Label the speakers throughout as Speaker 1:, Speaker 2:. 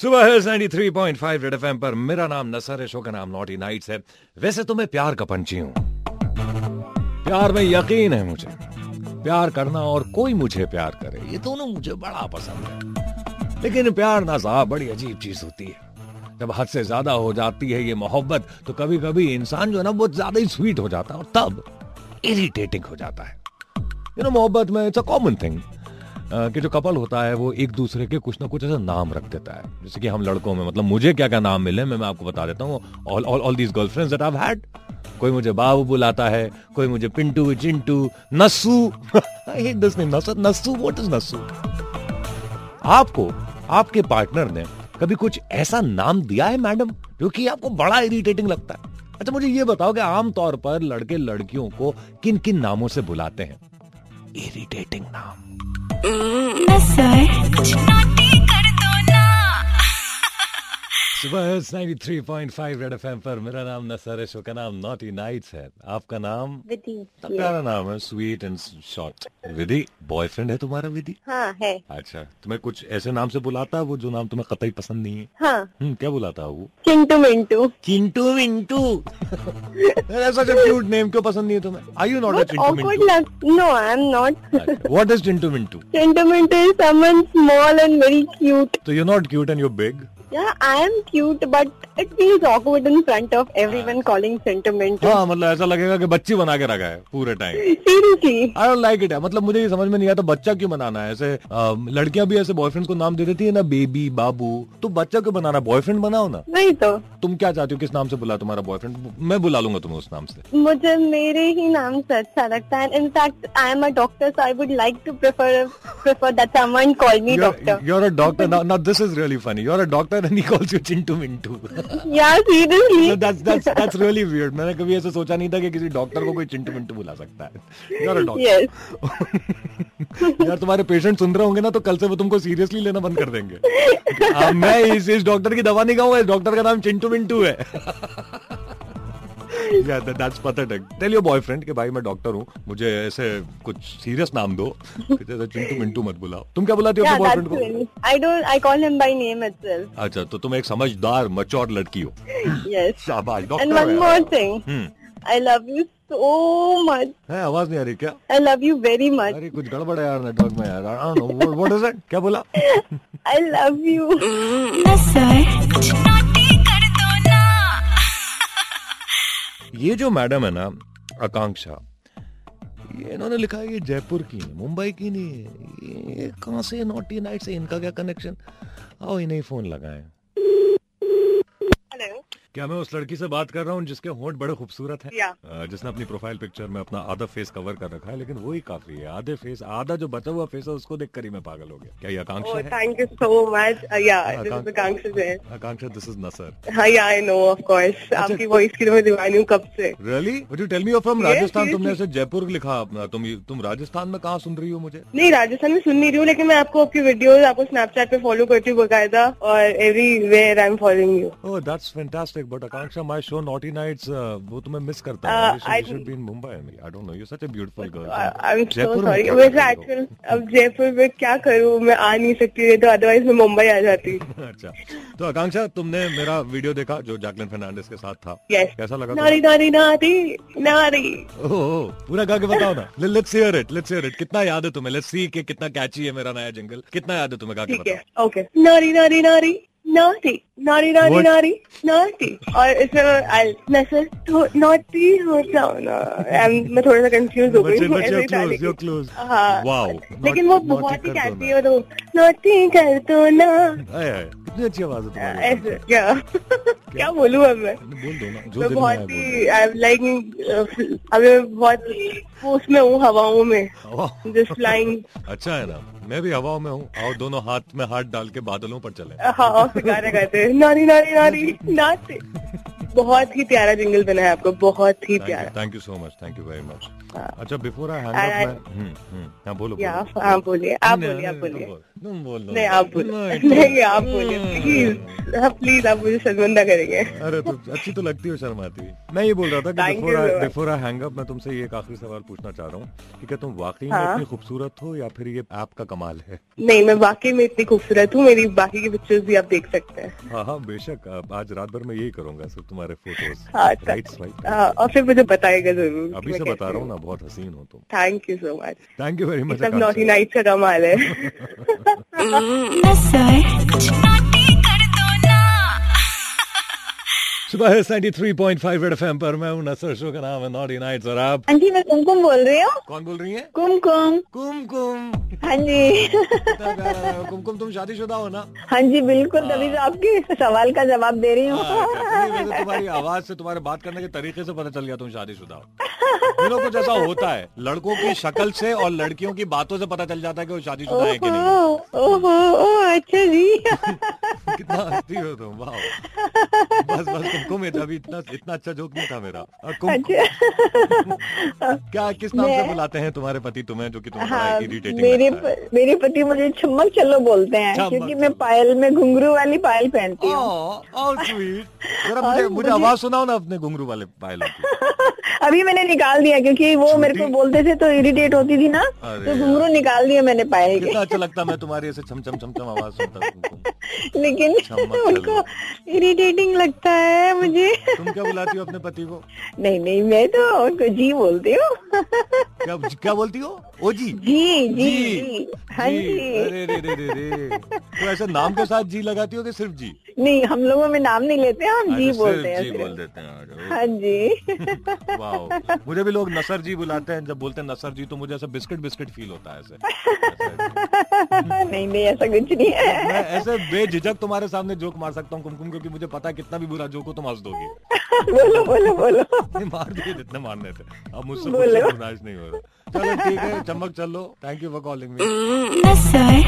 Speaker 1: सुबह है 93.5 red FM पर मेरा नाम नसर है शो का नाम नॉटी नाइट्स है वैसे तो मैं प्यार का पंछी हूँ प्यार में यकीन है मुझे प्यार करना और कोई मुझे प्यार करे ये दोनों मुझे बड़ा पसंद है लेकिन प्यार ना साहब बड़ी अजीब चीज होती है जब हद से ज्यादा हो जाती है ये मोहब्बत तो कभी कभी इंसान जो है ना बहुत ज्यादा ही स्वीट हो जाता है और तब इरिटेटिंग हो जाता है यू नो मोहब्बत में इट्स अ कॉमन थिंग कि जो कपल होता है वो एक दूसरे के कुछ ना कुछ ऐसा नाम रख देता है जैसे कि हम लड़कों में मतलब मुझे क्या क्या नाम मिले मैं मैं आपको बता देता हूँ all all all these girlfriends that I had कोई मुझे बाबू बुलाता है कोई मुझे पिंटू चिंटू नस्सू आई hate this name Nassu Nassu what is Nassu आपको आपके पार्टनर ने कभी कुछ ऐसा नाम दिया है मैडम जो कि आपको बड़ा इरिटेटिंग लगता है अच्छा मुझे ये बताओ कि आमतौर पर लड़के लड़कियों को किन किन नामों से बुलाते हैं इरिटेटिंग नाम सुबह है 93.5 रेड एफएम पर मेरा नाम नसर है शो का नाम नॉटी नाइट्स है आपका नाम
Speaker 2: विधि
Speaker 1: तो प्यारा नाम है sweet and short Vidhi boyfriend है तुम्हारा विधि
Speaker 2: हाँ है
Speaker 1: अच्छा तुम्हें कुछ ऐसे नाम से बुलाता है वो जो नाम तुम्हें कतई पसंद नहीं है
Speaker 2: हाँ
Speaker 1: हम्म, क्या बुलाता है वो
Speaker 2: चिंटू मिंटू
Speaker 1: चिंटू मिंटू ऐसा जब क्यूट नेम क्यों पसंद नहीं है तुम्हें आई यू नॉट अ
Speaker 2: बहुत
Speaker 1: चिंटू
Speaker 2: awkward लग no I am not
Speaker 1: Mintu what is Chintu Mintu
Speaker 2: Chintu Mintu is someone small and very cute
Speaker 1: तो you not cute and you big
Speaker 2: या I am cute but it feels awkward in front of everyone calling Chintu Mintu
Speaker 1: हाँ मतलब ऐसा लगेगा कि बच्ची बना के रखा है पूरे time
Speaker 2: seriously
Speaker 1: I don't like it मतलब मुझे ये समझ में नहीं आता बच्चा क्यों बनाना है ऐसे अ, लड़कियां भी ऐसे बॉयफ्रेंड्स को नाम दे देती है ना बेबी बाबू तो बच्चा क्यों बनाना बॉयफ्रेंड बनाओ ना
Speaker 2: नहीं तो
Speaker 1: तुम क्या चाहती हो किस नाम से बुला तुम्हारा बॉयफ्रेंड मैं बुला लूंगा तुम्हें उस नाम से
Speaker 2: मुझे मेरे ही नाम से अच्छा लगता है in fact I am a doctor so I would like to prefer prefer that someone call me doctor
Speaker 1: you're a doctor now now this is really funny you're a doctor and he calls you chintu mintu
Speaker 2: या seriously
Speaker 1: so that's that's that's really weird मैंने कभी ऐसा सोचा नहीं था कि किसी doctor को कोई चिंटू मिंटू बुला सकता है you're a
Speaker 2: Yes.
Speaker 1: डॉक्टर यार तुम्हारे पेशेंट सुन रहे होंगे ना तो कल से वो तुमको सीरियसली लेना बंद कर देंगे हाँ, मैं इस इस डॉक्टर की दवा नहीं खाऊंगा इस डॉक्टर का नाम चिंटू मिंटू है Yeah, that, that's pathetic. Tell your boyfriend कि भाई मैं डॉक्टर हूँ मुझे ऐसे कुछ सीरियस नाम दो कि जैसे चिंटू मिंटू मत बुलाओ तुम क्या बुलाती हो
Speaker 2: Yeah,
Speaker 1: अपने
Speaker 2: that's
Speaker 1: बॉयफ्रेंड को
Speaker 2: really. I don't. I call him by name itself.
Speaker 1: अच्छा तो तुम एक समझदार मचौर लड़की हो
Speaker 2: Yes.
Speaker 1: शाबाश
Speaker 2: And
Speaker 1: डॉक्टर
Speaker 2: one
Speaker 1: हो
Speaker 2: more
Speaker 1: यार।
Speaker 2: thing.
Speaker 1: Hmm
Speaker 2: I love you so much.
Speaker 1: है आवाज नहीं आ रही क्या
Speaker 2: I love you very much.
Speaker 1: अरे कुछ गड़बड़ है यार नेटवर्क में यार I don't know what is it क्या बोला
Speaker 2: I love you.
Speaker 1: ये जो मैडम है ना आकांक्षा ये इन्होंने लिखा है ये जयपुर की है मुंबई की नहीं है ये कहाँ से नॉटी नाइट से इनका क्या कनेक्शन आओ इन्हें ही फोन लगाए
Speaker 2: Hello.
Speaker 1: क्या मैं उस लड़की से बात कर रहा हूँ जिसके होंठ बड़े खूबसूरत हैं
Speaker 2: Yeah.
Speaker 1: अ, जिसने अपनी प्रोफाइल पिक्चर में अपना आधा फेस कवर कर रखा है लेकिन वही काफी है आधे फेस आधा जो बचा हुआ फेस है उसको देखकर ही मैं पागल हो गया क्या ये आकांक्षा
Speaker 3: Oh,
Speaker 1: है
Speaker 3: thank you so much. Uh, yeah,
Speaker 1: हाँ,
Speaker 3: this is
Speaker 1: कांग-
Speaker 3: Akanksha Jain.
Speaker 1: Akanksha this is Nasar
Speaker 3: हाँ, yeah, I know, of course.
Speaker 1: अच्छा।
Speaker 3: आपकी voice की तो मैं दीवानी हूँ कब से.
Speaker 1: Really would you tell me you from Rajasthan तुमने
Speaker 3: seriously.
Speaker 1: ऐसे जयपुर लिखा अपना तुम तुम राजस्थान में कहाँ सुन रही हो मुझे
Speaker 3: नहीं राजस्थान में सुन नहीं रही हूँ लेकिन मैं आपको आपकी वीडियोस आपको स्नैपचैट पे फॉलो करती हूँ बकायदा और everywhere I am following you
Speaker 1: oh that's fantastic but Akanksha my show naughty nights वो तुम्हें मिस करता
Speaker 3: Uh,
Speaker 1: है
Speaker 3: I uh,
Speaker 1: I should be in Mumbai I don't know you such a beautiful
Speaker 3: I
Speaker 1: girl
Speaker 3: am so sorry वैसे आजकल अब जयपुर में क्या करूँ मैं आ नहीं सकती नहीं तो अदरवाइज मैं मुंबई आ जाती
Speaker 1: अच्छा तो आकांक्षा तुमने मेरा वीडियो देखा जो जैकलिन फर्नांडिस के साथ था
Speaker 3: यस
Speaker 1: कैसा लगा तुम्हें?
Speaker 3: नारी नारी नारी नारी
Speaker 1: ओह, ओह, Oh, पूरा गा के बताओ ना let's hear it let's hear it कितना याद है तुम्हें लेट्स सी कि कितना कैची है मेरा नया जंगल कितना याद है तुम्हें गा के
Speaker 3: ठीक
Speaker 1: बताओ
Speaker 3: है ओके नारी नारी नारी नाटी नारी नारी
Speaker 1: What?
Speaker 3: नारी नाटी और इसमें आई मैं सर नॉटी हो जाओ ना I'm- मैं थोड़ा सा कंफ्यूज हो गई हूँ ऐसे ही डाली
Speaker 1: क्लोज योर
Speaker 3: की।
Speaker 1: क्लोज
Speaker 3: हाँ।
Speaker 1: वाओ
Speaker 3: लेकिन वो बहुत ही कैसी है वो नॉटी कर दो ना
Speaker 1: कितनी अच्छी आवाज है तुम्हारी
Speaker 3: ऐसे क्या क्या बोलूँ अब मैं
Speaker 1: बोल दो ना जो
Speaker 3: मैं
Speaker 1: दिल में आया
Speaker 3: बहुत
Speaker 1: बोल
Speaker 3: ही आई लाइक अभी मैं बहुत उसमें हूँ हवाओं में
Speaker 1: दो। वाह,
Speaker 3: जस्ट फ्लाइंग
Speaker 1: अच्छा है ना मैं भी हवाओं में हूँ आओ दोनों हाथ में हाथ डाल के बादलों पर चले
Speaker 3: हाँ और फिर गाना गाते हैं नारी नारी नारी नाचते बहुत ही प्यारा जिंगल बना है आपको बहुत ही प्यारा
Speaker 1: thank you so much thank you very much
Speaker 3: हाँ।
Speaker 1: अच्छा before I hang
Speaker 3: I-
Speaker 1: up मैं हम्म, हम्म, हाँ बोलो
Speaker 3: या
Speaker 1: बोलो
Speaker 3: आप- आप बोलिए आप
Speaker 1: नहीं,
Speaker 3: बोलिए आप
Speaker 1: नहीं,
Speaker 3: बोलिए
Speaker 1: नहीं, तुम बोल दो
Speaker 3: नहीं आप बोलिए
Speaker 1: नहीं,
Speaker 3: नहीं आप
Speaker 1: तुम- हम्म।
Speaker 3: बोलिए प्लीज आप प्लीज आप मुझे शर्मिंदा करेंगे
Speaker 1: अरे तुम अच्छी तो लगती हो शर्माती हुई मैं ये बोल रहा था कि
Speaker 3: Thank
Speaker 1: before
Speaker 3: you so much.
Speaker 1: Before I hang up मैं तुमसे ये एक आखिरी सवाल पूछना चाह रहा हूँ कि क्या तुम वाकई में
Speaker 3: हाँ।
Speaker 1: इतनी खूबसूरत हो या फिर ये आपका कमाल है
Speaker 3: नहीं मैं वाकई में इतनी खूबसूरत हूँ मेरी बाकी की पिक्चर्स भी आप देख सकते हैं
Speaker 1: हाँ हाँ बेशक अब आज रात भर मैं यही करूंगा सिर्फ तुम्हारे फोटोज
Speaker 3: हाँ, अच्छा।
Speaker 1: राइट राइट
Speaker 3: हाँ, और फिर मुझे बताएगा जरूर
Speaker 1: अभी से बता रहा हूँ ना बहुत हसीन हो तुम
Speaker 3: thank you so much
Speaker 1: thank you very much
Speaker 3: सब नॉटी नाइट का कमाल है
Speaker 1: सुबह ninety three point five red F पर मैं हूँ नसर शो का नाम है नॉटी नाइट्स और आप
Speaker 2: हाँ जी मैं कुमकुम बोल रही हूँ
Speaker 1: कौन बोल रही है
Speaker 2: कुमकुम
Speaker 1: कुम कुम
Speaker 2: हाँ जी
Speaker 1: कितना प्यारा है। कुम कुम तुम शादीशुदा हो ना
Speaker 2: हाँ जी बिल्कुल तभी तो आपके सवाल का जवाब दे रही हूँ
Speaker 1: हाँ, नहीं, वैसे तुम्हारी आवाज से तुम्हारे बात करने के तरीके से पता चल गया तुम शादीशुदा हो लोग कुछ ऐसा होता है लड़कों की शक्ल से और लड़कियों की बातों से पता चल जाता है कि वो शादीशुदा है कि नहीं तो
Speaker 2: ओहो ओहो ओ अच्छा जी
Speaker 1: कितना हंसती हो तुम वाह बस बस कुमकुम ये अभी इतना इतना अच्छा जोक नहीं था मेरा और कुमकुम क्या किस नाम से
Speaker 2: अच्छा। मैं-
Speaker 1: बुलाते हैं तुम्हारे पति तुम्हें जो कि तुम्हें
Speaker 2: हाँ
Speaker 1: इरिटेटिंग
Speaker 2: मेरे प- मेरे पति मुझे छम्मक चलो बोलते हैं
Speaker 1: छम्मक
Speaker 2: क्योंकि मैं
Speaker 1: चलो।
Speaker 2: पायल में घुंघरू वाली पायल पहनती हूँ
Speaker 1: स्वीट जरा मुझे मुझे आवाज सुनाओ ना अपने घुंघरू वाले पायलों की
Speaker 2: अभी मैंने निकाल दिया क्योंकि वो मेरे को
Speaker 1: झूठी?
Speaker 2: बोलते थे तो इरिटेट होती थी ना
Speaker 1: अरे
Speaker 2: तो घुंघरू निकाल दिया मैंने पायल
Speaker 1: कितना अच्छा लगता मैं तुम्हारी ऐसे छमछम छमछम आवाज सुनता कुमकुम
Speaker 2: के लेकिन
Speaker 1: छम्मक चलो।
Speaker 2: उनको इरिटेटिंग लगता है मुझे
Speaker 1: तुम क्या बुलाती हो अपने पति को
Speaker 2: नहीं नहीं मैं तो उनको जी बोलती हूँ
Speaker 1: क्या क्या बोलती हो ओ जी
Speaker 2: जी जी जी हाँ जी
Speaker 1: अरे रे रे रे रे तो ऐसे नाम के साथ जी लगाती हो कि सिर्फ जी
Speaker 2: नहीं हम लोगों में नाम नहीं लेते हम जी
Speaker 1: अच्छा,
Speaker 2: बोलते
Speaker 1: सिर्फ
Speaker 2: हैं
Speaker 1: जी
Speaker 2: सिर्फ।
Speaker 1: बोल देते हैं अरे,
Speaker 2: हाँ जी
Speaker 1: वाओ मुझे भी लोग नसर जी बुलाते हैं जब बोलते हैं नसर जी तो मुझे ऐसा बिस्किट बिस्किट फील होता है ऐसे
Speaker 2: नहीं नहीं ऐसा कुछ नहीं है
Speaker 1: मैं ऐसे बेझिझक तुम्हारे सामने जोक मार सकता हूँ कुमकुम क्योंकि मुझे पता है कितना भी बुरा जोक हो तुम हंस दोगी
Speaker 2: बोलो बोलो बोलो
Speaker 1: नहीं, मार दिए जितने मारने थे अब मुझसे
Speaker 2: बोलो।
Speaker 1: मुझसे गुजारिश नहीं हो रहा चलो ठीक है चमक चलो thank you for calling me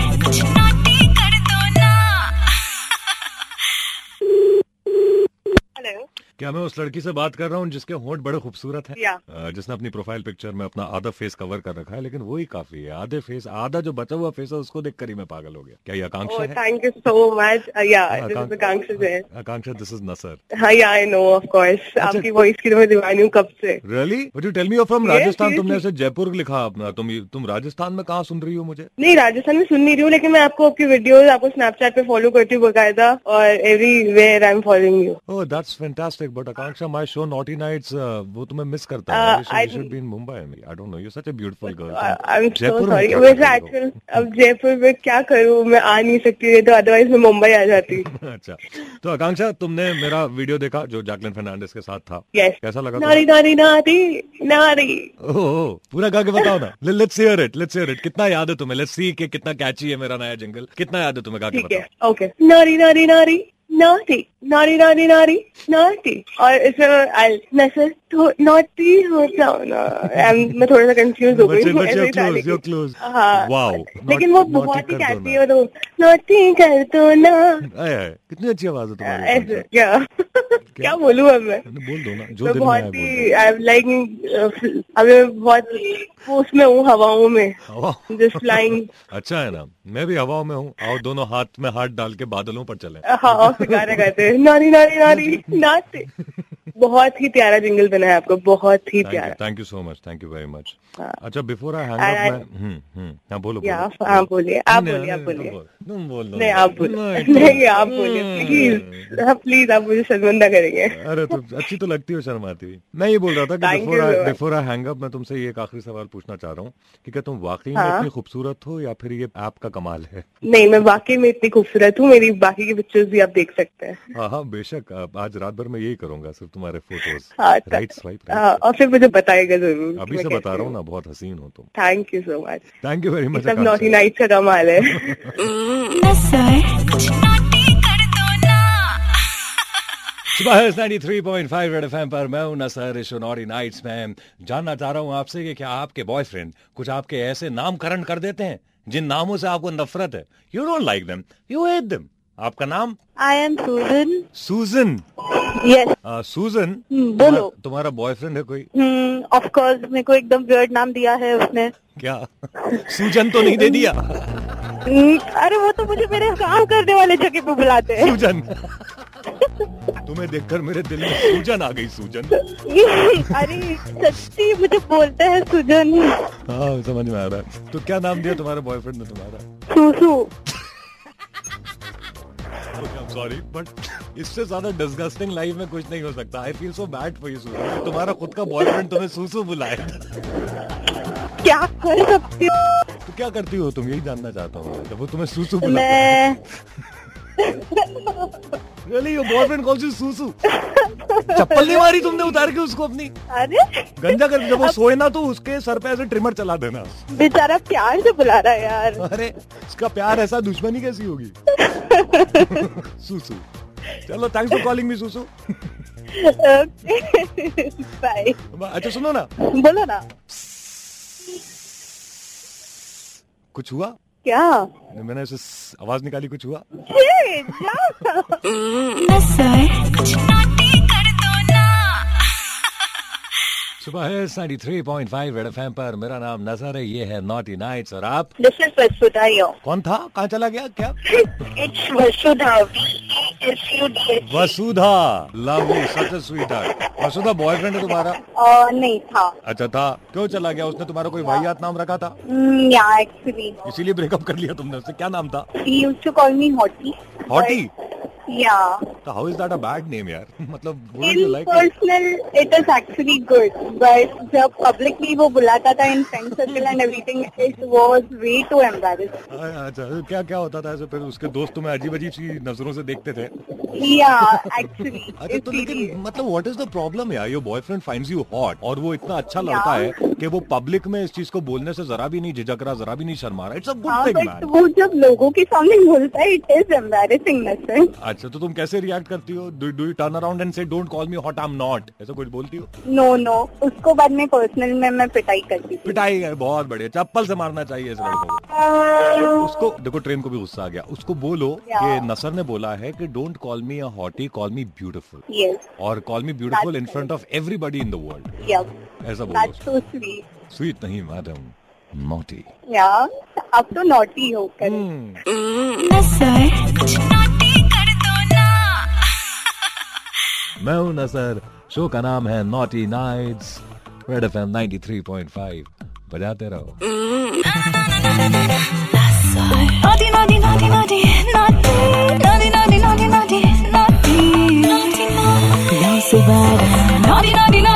Speaker 3: hello
Speaker 1: क्या मैं उस लड़की से बात कर रहा हूँ जिसके होंठ बड़े खूबसूरत हैं
Speaker 3: या
Speaker 1: अ, जिसने अपनी प्रोफाइल पिक्चर में अपना आधा फेस कवर कर रखा है लेकिन वही काफी है आधे फेस आधा जो बचा हुआ फेस है उसको देखकर ही मैं पागल हो गया क्या ये आकांक्षा
Speaker 3: Oh,
Speaker 1: है हाँ,
Speaker 3: thank you so much. Uh, yeah, this is
Speaker 1: Akanksha-
Speaker 3: Akanksha there.
Speaker 1: Akanksha this is Nasar
Speaker 3: हाँ yeah I know of course
Speaker 1: अच्छा,
Speaker 3: आपकी वॉइस की तो मैं दीवानी हूँ कब से
Speaker 1: really you tell me from
Speaker 3: Yes,
Speaker 1: Rajasthan तुमने
Speaker 3: seriously.
Speaker 1: ऐसे जयपुर लिखा अपना तुम तुम राजस्थान में कहाँ सुन रही हो मुझे
Speaker 3: नहीं राजस्थान में सुन नहीं रही हूँ लेकिन मैं आपको आपकी वीडियोस आपको स्नैपचैट पे फॉलो करती हूँ बकायदा और everywhere I am following you
Speaker 1: oh that's fantastic but Akanksha my show naughty nights uh, वो तुम्हें मिस करता है
Speaker 3: Uh, I- uh,
Speaker 1: should be in Mumbai I don't know you such a beautiful
Speaker 3: I am
Speaker 1: girl
Speaker 3: so sorry वैसे actual अब जयपुर में क्या करूँ मैं आ नहीं सकती नहीं तो अदरवाइज मैं मुंबई आ जाती
Speaker 1: अच्छा तो आकांक्षा तुमने मेरा वीडियो देखा जो जैकलिन फर्नांडिस के साथ था
Speaker 3: यस
Speaker 1: कैसा लगा तुम्हें?
Speaker 3: नारी नारी नारी नारी
Speaker 1: ओह, ओह, पूरा गा के बताओ ना let's hear it let's hear it कितना याद है तुम्हें लेट्स सी कि कितना कैची है मेरा नया जंगल कितना याद है तुम्हें गा के
Speaker 3: ठीक है
Speaker 1: बताओ
Speaker 3: ओके नारी नारी नारी नाटी नारी नारी नारी नाटी और इसमें आई नसर नॉटी हो जाओ ना I'm- मैं थोड़ा सा कंफ्यूज हो गई
Speaker 1: बच्चे
Speaker 3: हूँ,
Speaker 1: बच्चे
Speaker 3: तो ऐसे
Speaker 1: you're
Speaker 3: ही था
Speaker 1: close, you're
Speaker 3: लेकिन-
Speaker 1: close.
Speaker 3: हाँ
Speaker 1: Wow,
Speaker 3: लेकिन
Speaker 1: naughty-
Speaker 3: वो
Speaker 1: naughty
Speaker 3: बहुत ही
Speaker 1: कर दो
Speaker 3: कहती
Speaker 1: ना।
Speaker 3: है तो नॉटी कर दो ना
Speaker 1: आए, आए, कितनी अच्छी आवाज है तुम्हारी
Speaker 3: ऐसे
Speaker 1: आकांक्षा।
Speaker 3: क्या क्या बोलूँ अब मैं
Speaker 1: बोल दो ना जो
Speaker 3: मैं
Speaker 1: दिल में
Speaker 3: तो बहुत
Speaker 1: आया बोल
Speaker 3: ही आई लाइक अभी मैं बहुत वो उसमें हूँ हवाओं में
Speaker 1: दो। वाह,
Speaker 3: जस्ट फ्लाइंग
Speaker 1: अच्छा है ना मैं भी हवाओं में हूँ और दोनों हाथ में हाथ डाल के बादलों पर चले
Speaker 3: हाँ और फिर गाना गाते हैं नानी नानी नानी नाचते बहुत ही प्यारा जिंगल बना है आपको बहुत ही प्यारा
Speaker 1: thank you so much thank you very much
Speaker 3: हाँ।
Speaker 1: अच्छा before I hang
Speaker 3: And I-
Speaker 1: up मैं हम्म, हम्म, हाँ बोलो
Speaker 3: या
Speaker 1: बोलो
Speaker 3: आप आप बोलिए आप
Speaker 1: नहीं,
Speaker 3: बोलिए आप
Speaker 1: नहीं,
Speaker 3: बोलिए
Speaker 1: तुम बोल दो
Speaker 3: नहीं
Speaker 1: ना।
Speaker 3: आप बोलिए
Speaker 1: नहीं,
Speaker 3: नहीं आप
Speaker 1: तुम-
Speaker 3: बोलिए
Speaker 1: हम्म।
Speaker 3: प्लीज आप प्लीज आप मुझे शर्मिंदा करेंगे
Speaker 1: अरे तुम अच्छी तो लगती हो शर्माती हुई मैं ये बोल रहा था कि
Speaker 3: Thank
Speaker 1: before
Speaker 3: you so
Speaker 1: I
Speaker 3: much.
Speaker 1: Before I hang up मैं तुमसे ये एक आखिरी सवाल पूछना चाह रहा हूँ कि क्या तुम वाकई में
Speaker 3: हाँ।
Speaker 1: इतनी खूबसूरत हो या फिर ये आपका कमाल है
Speaker 3: नहीं मैं वाकई में इतनी खूबसूरत हूँ मेरी बाकी की पिक्चर्स भी आप देख सकते हैं
Speaker 1: हाँ हाँ बेशक अब आज रात भर मैं यही करूंगा सिर्फ तुम्हारे फोटोज
Speaker 3: हाँ, तो-
Speaker 1: राइट स्वाइप
Speaker 3: हाँ, और फिर मुझे बताएगा जरूर
Speaker 1: अभी से बता रहा हूँ ना अच्छा, बहुत हसीन हो तुम
Speaker 3: thank you so much
Speaker 1: thank you very much
Speaker 3: सब नॉटी नाइट का कमाल है
Speaker 1: सुबह है 93.5 रेड एफएम पर मैं हूं नसर शोनौरी नाइट्स में जानना चाह रहा हूं आपसे कि क्या आपके बॉयफ्रेंड कुछ आपके ऐसे नामकरण कर देते हैं जिन नामों से आपको नफरत है you don't like them you hate them आपका नाम
Speaker 2: आई एम सूजन
Speaker 1: सूजन
Speaker 2: यस
Speaker 1: आ, सूजन
Speaker 2: बोलो।
Speaker 1: तुम्हारा- तुम्हारा बॉयफ्रेंड है कोई
Speaker 2: ऑफ कोर्स मेरे को एकदम वियर्ड नाम दिया है उसने
Speaker 1: क्या सूजन तो नहीं दे दिया
Speaker 3: हम्म, अरे वो तो मुझे मेरे काम करने वाले जगह पे बुलाते हैं
Speaker 1: सूजन तुम्हें देखकर मेरे दिल में सूजन आ गई सूजन
Speaker 3: अरे सच्ची मुझे बोलते हैं सुजन
Speaker 1: हाँ समझ में आ रहा है तो क्या नाम दिया तुम्हारे बॉयफ्रेंड ने तुम्हारा
Speaker 3: सुसु
Speaker 1: सॉरी बट इससे ज्यादा डिस्गस्टिंग लाइफ में कुछ नहीं हो सकता I feel so bad for you Susan तुम्हारा खुद का बॉयफ्रेंड तुम्हें सूसू बुलाए तो
Speaker 3: क्या कर सकती हूँ
Speaker 1: क्या करती हो तुम यही जानना चाहता हूँ जब वो तुम्हें सूसू बुलाए
Speaker 3: मैं
Speaker 1: really your boyfriend calls you सूसू चप्पल नहीं मारी तुमने उतार के उसको अपनी
Speaker 3: अरे
Speaker 1: गंजा कर जब वो सोए ना तो उसके सर पे ऐसे ट्रिमर चला देना
Speaker 3: बेचारा प्यार से बुला रहा है यार
Speaker 1: अरे इसका प्यार ऐसा दुश्मनी कैसी होगी सुसु चलो thanks for calling me Susu
Speaker 3: okay bye
Speaker 1: अच्छा सुनो ना
Speaker 3: बोलो ना
Speaker 1: कुछ हुआ
Speaker 3: क्या
Speaker 1: मैंने ऐसे स- आवाज निकाली कुछ हुआ
Speaker 3: छे, जाओ।
Speaker 1: सुबह है साढ़े three point five red F पर मेरा नाम नजर है ये है नॉटी नाइट्स और आप
Speaker 3: This is Vasudha here.
Speaker 1: कौन था कहाँ चला गया क्या
Speaker 3: It's Vasudha. V-A-S-U-D-H.
Speaker 1: Vasudha love you such sweet Vasudha boyfriend है तुम्हारा
Speaker 3: और नहीं था
Speaker 1: अच्छा था क्यों चला गया उसने तुम्हारा कोई वाहियात नाम रखा था
Speaker 3: Mm, yeah, actually.
Speaker 1: इसीलिए ब्रेकअप कर लिया तुमने उससे क्या नाम था
Speaker 3: He used to call me Hottie.
Speaker 1: Hottie
Speaker 3: Yeah.
Speaker 1: तो how is that a bad name यार मतलब wouldn't you
Speaker 3: In
Speaker 1: like it?
Speaker 3: personal, it is actually good. But जब publicly वो बुलाता था in friend circle and everything, it was way too embarrassing.
Speaker 1: हाँ, अच्छा तो क्या क्या होता था ऐसे फिर उसके दोस्त तुम्हें अजीब अजीब सी नजरों से देखते थे
Speaker 3: Yeah, actually.
Speaker 1: अच्छा तो
Speaker 3: इसीलिए।
Speaker 1: लेकिन मतलब व्हाट इज द प्रॉब्लम यार your boyfriend finds you hot और वो इतना अच्छा
Speaker 3: Yeah.
Speaker 1: लड़का है कि वो पब्लिक में इस चीज को बोलने से जरा भी नहीं झिझक रहा जरा भी नहीं शर्मा रहा इट्स अ
Speaker 3: हाँ
Speaker 1: गुड थिंग
Speaker 3: बट
Speaker 1: मैन
Speaker 3: वो जब लोगों के सामने बोलता है इट इज एम्बेसिंग नसर
Speaker 1: अच्छा तो तुम कैसे रिएक्ट करती हो do do you turn around and say don't call me hot I am not ऐसा कुछ बोलती हो
Speaker 3: नो नो उसको बाद में पर्सनल में मैं पिटाई करती थी
Speaker 1: पिटाई है बहुत बढ़िया चप्पल से मारना चाहिए इस लड़के को उसको देखो ट्रेन को भी गुस्सा आ गया उसको बोलो
Speaker 3: Yeah.
Speaker 1: कि नसर ने बोला है कि don't call me a hottie call me beautiful
Speaker 3: yes
Speaker 1: और call me beautiful in
Speaker 3: That's
Speaker 1: front of everybody in the world
Speaker 3: yup
Speaker 1: ऐसा
Speaker 3: दैट्स सो
Speaker 1: बोलो
Speaker 3: स्वीट
Speaker 1: स्वीट नहीं मैडम नॉटी
Speaker 3: या अब तो नॉटी होकर
Speaker 1: मैं हूं नसर शो का नाम है नॉटी नाइट्स रेड एफ 93.5 बजाते रहो
Speaker 4: Naughty, naughty, naughty, naughty, naughty. Naughty, naughty, naughty, naughty, naughty. Naughty, naughty, naughty, naughty.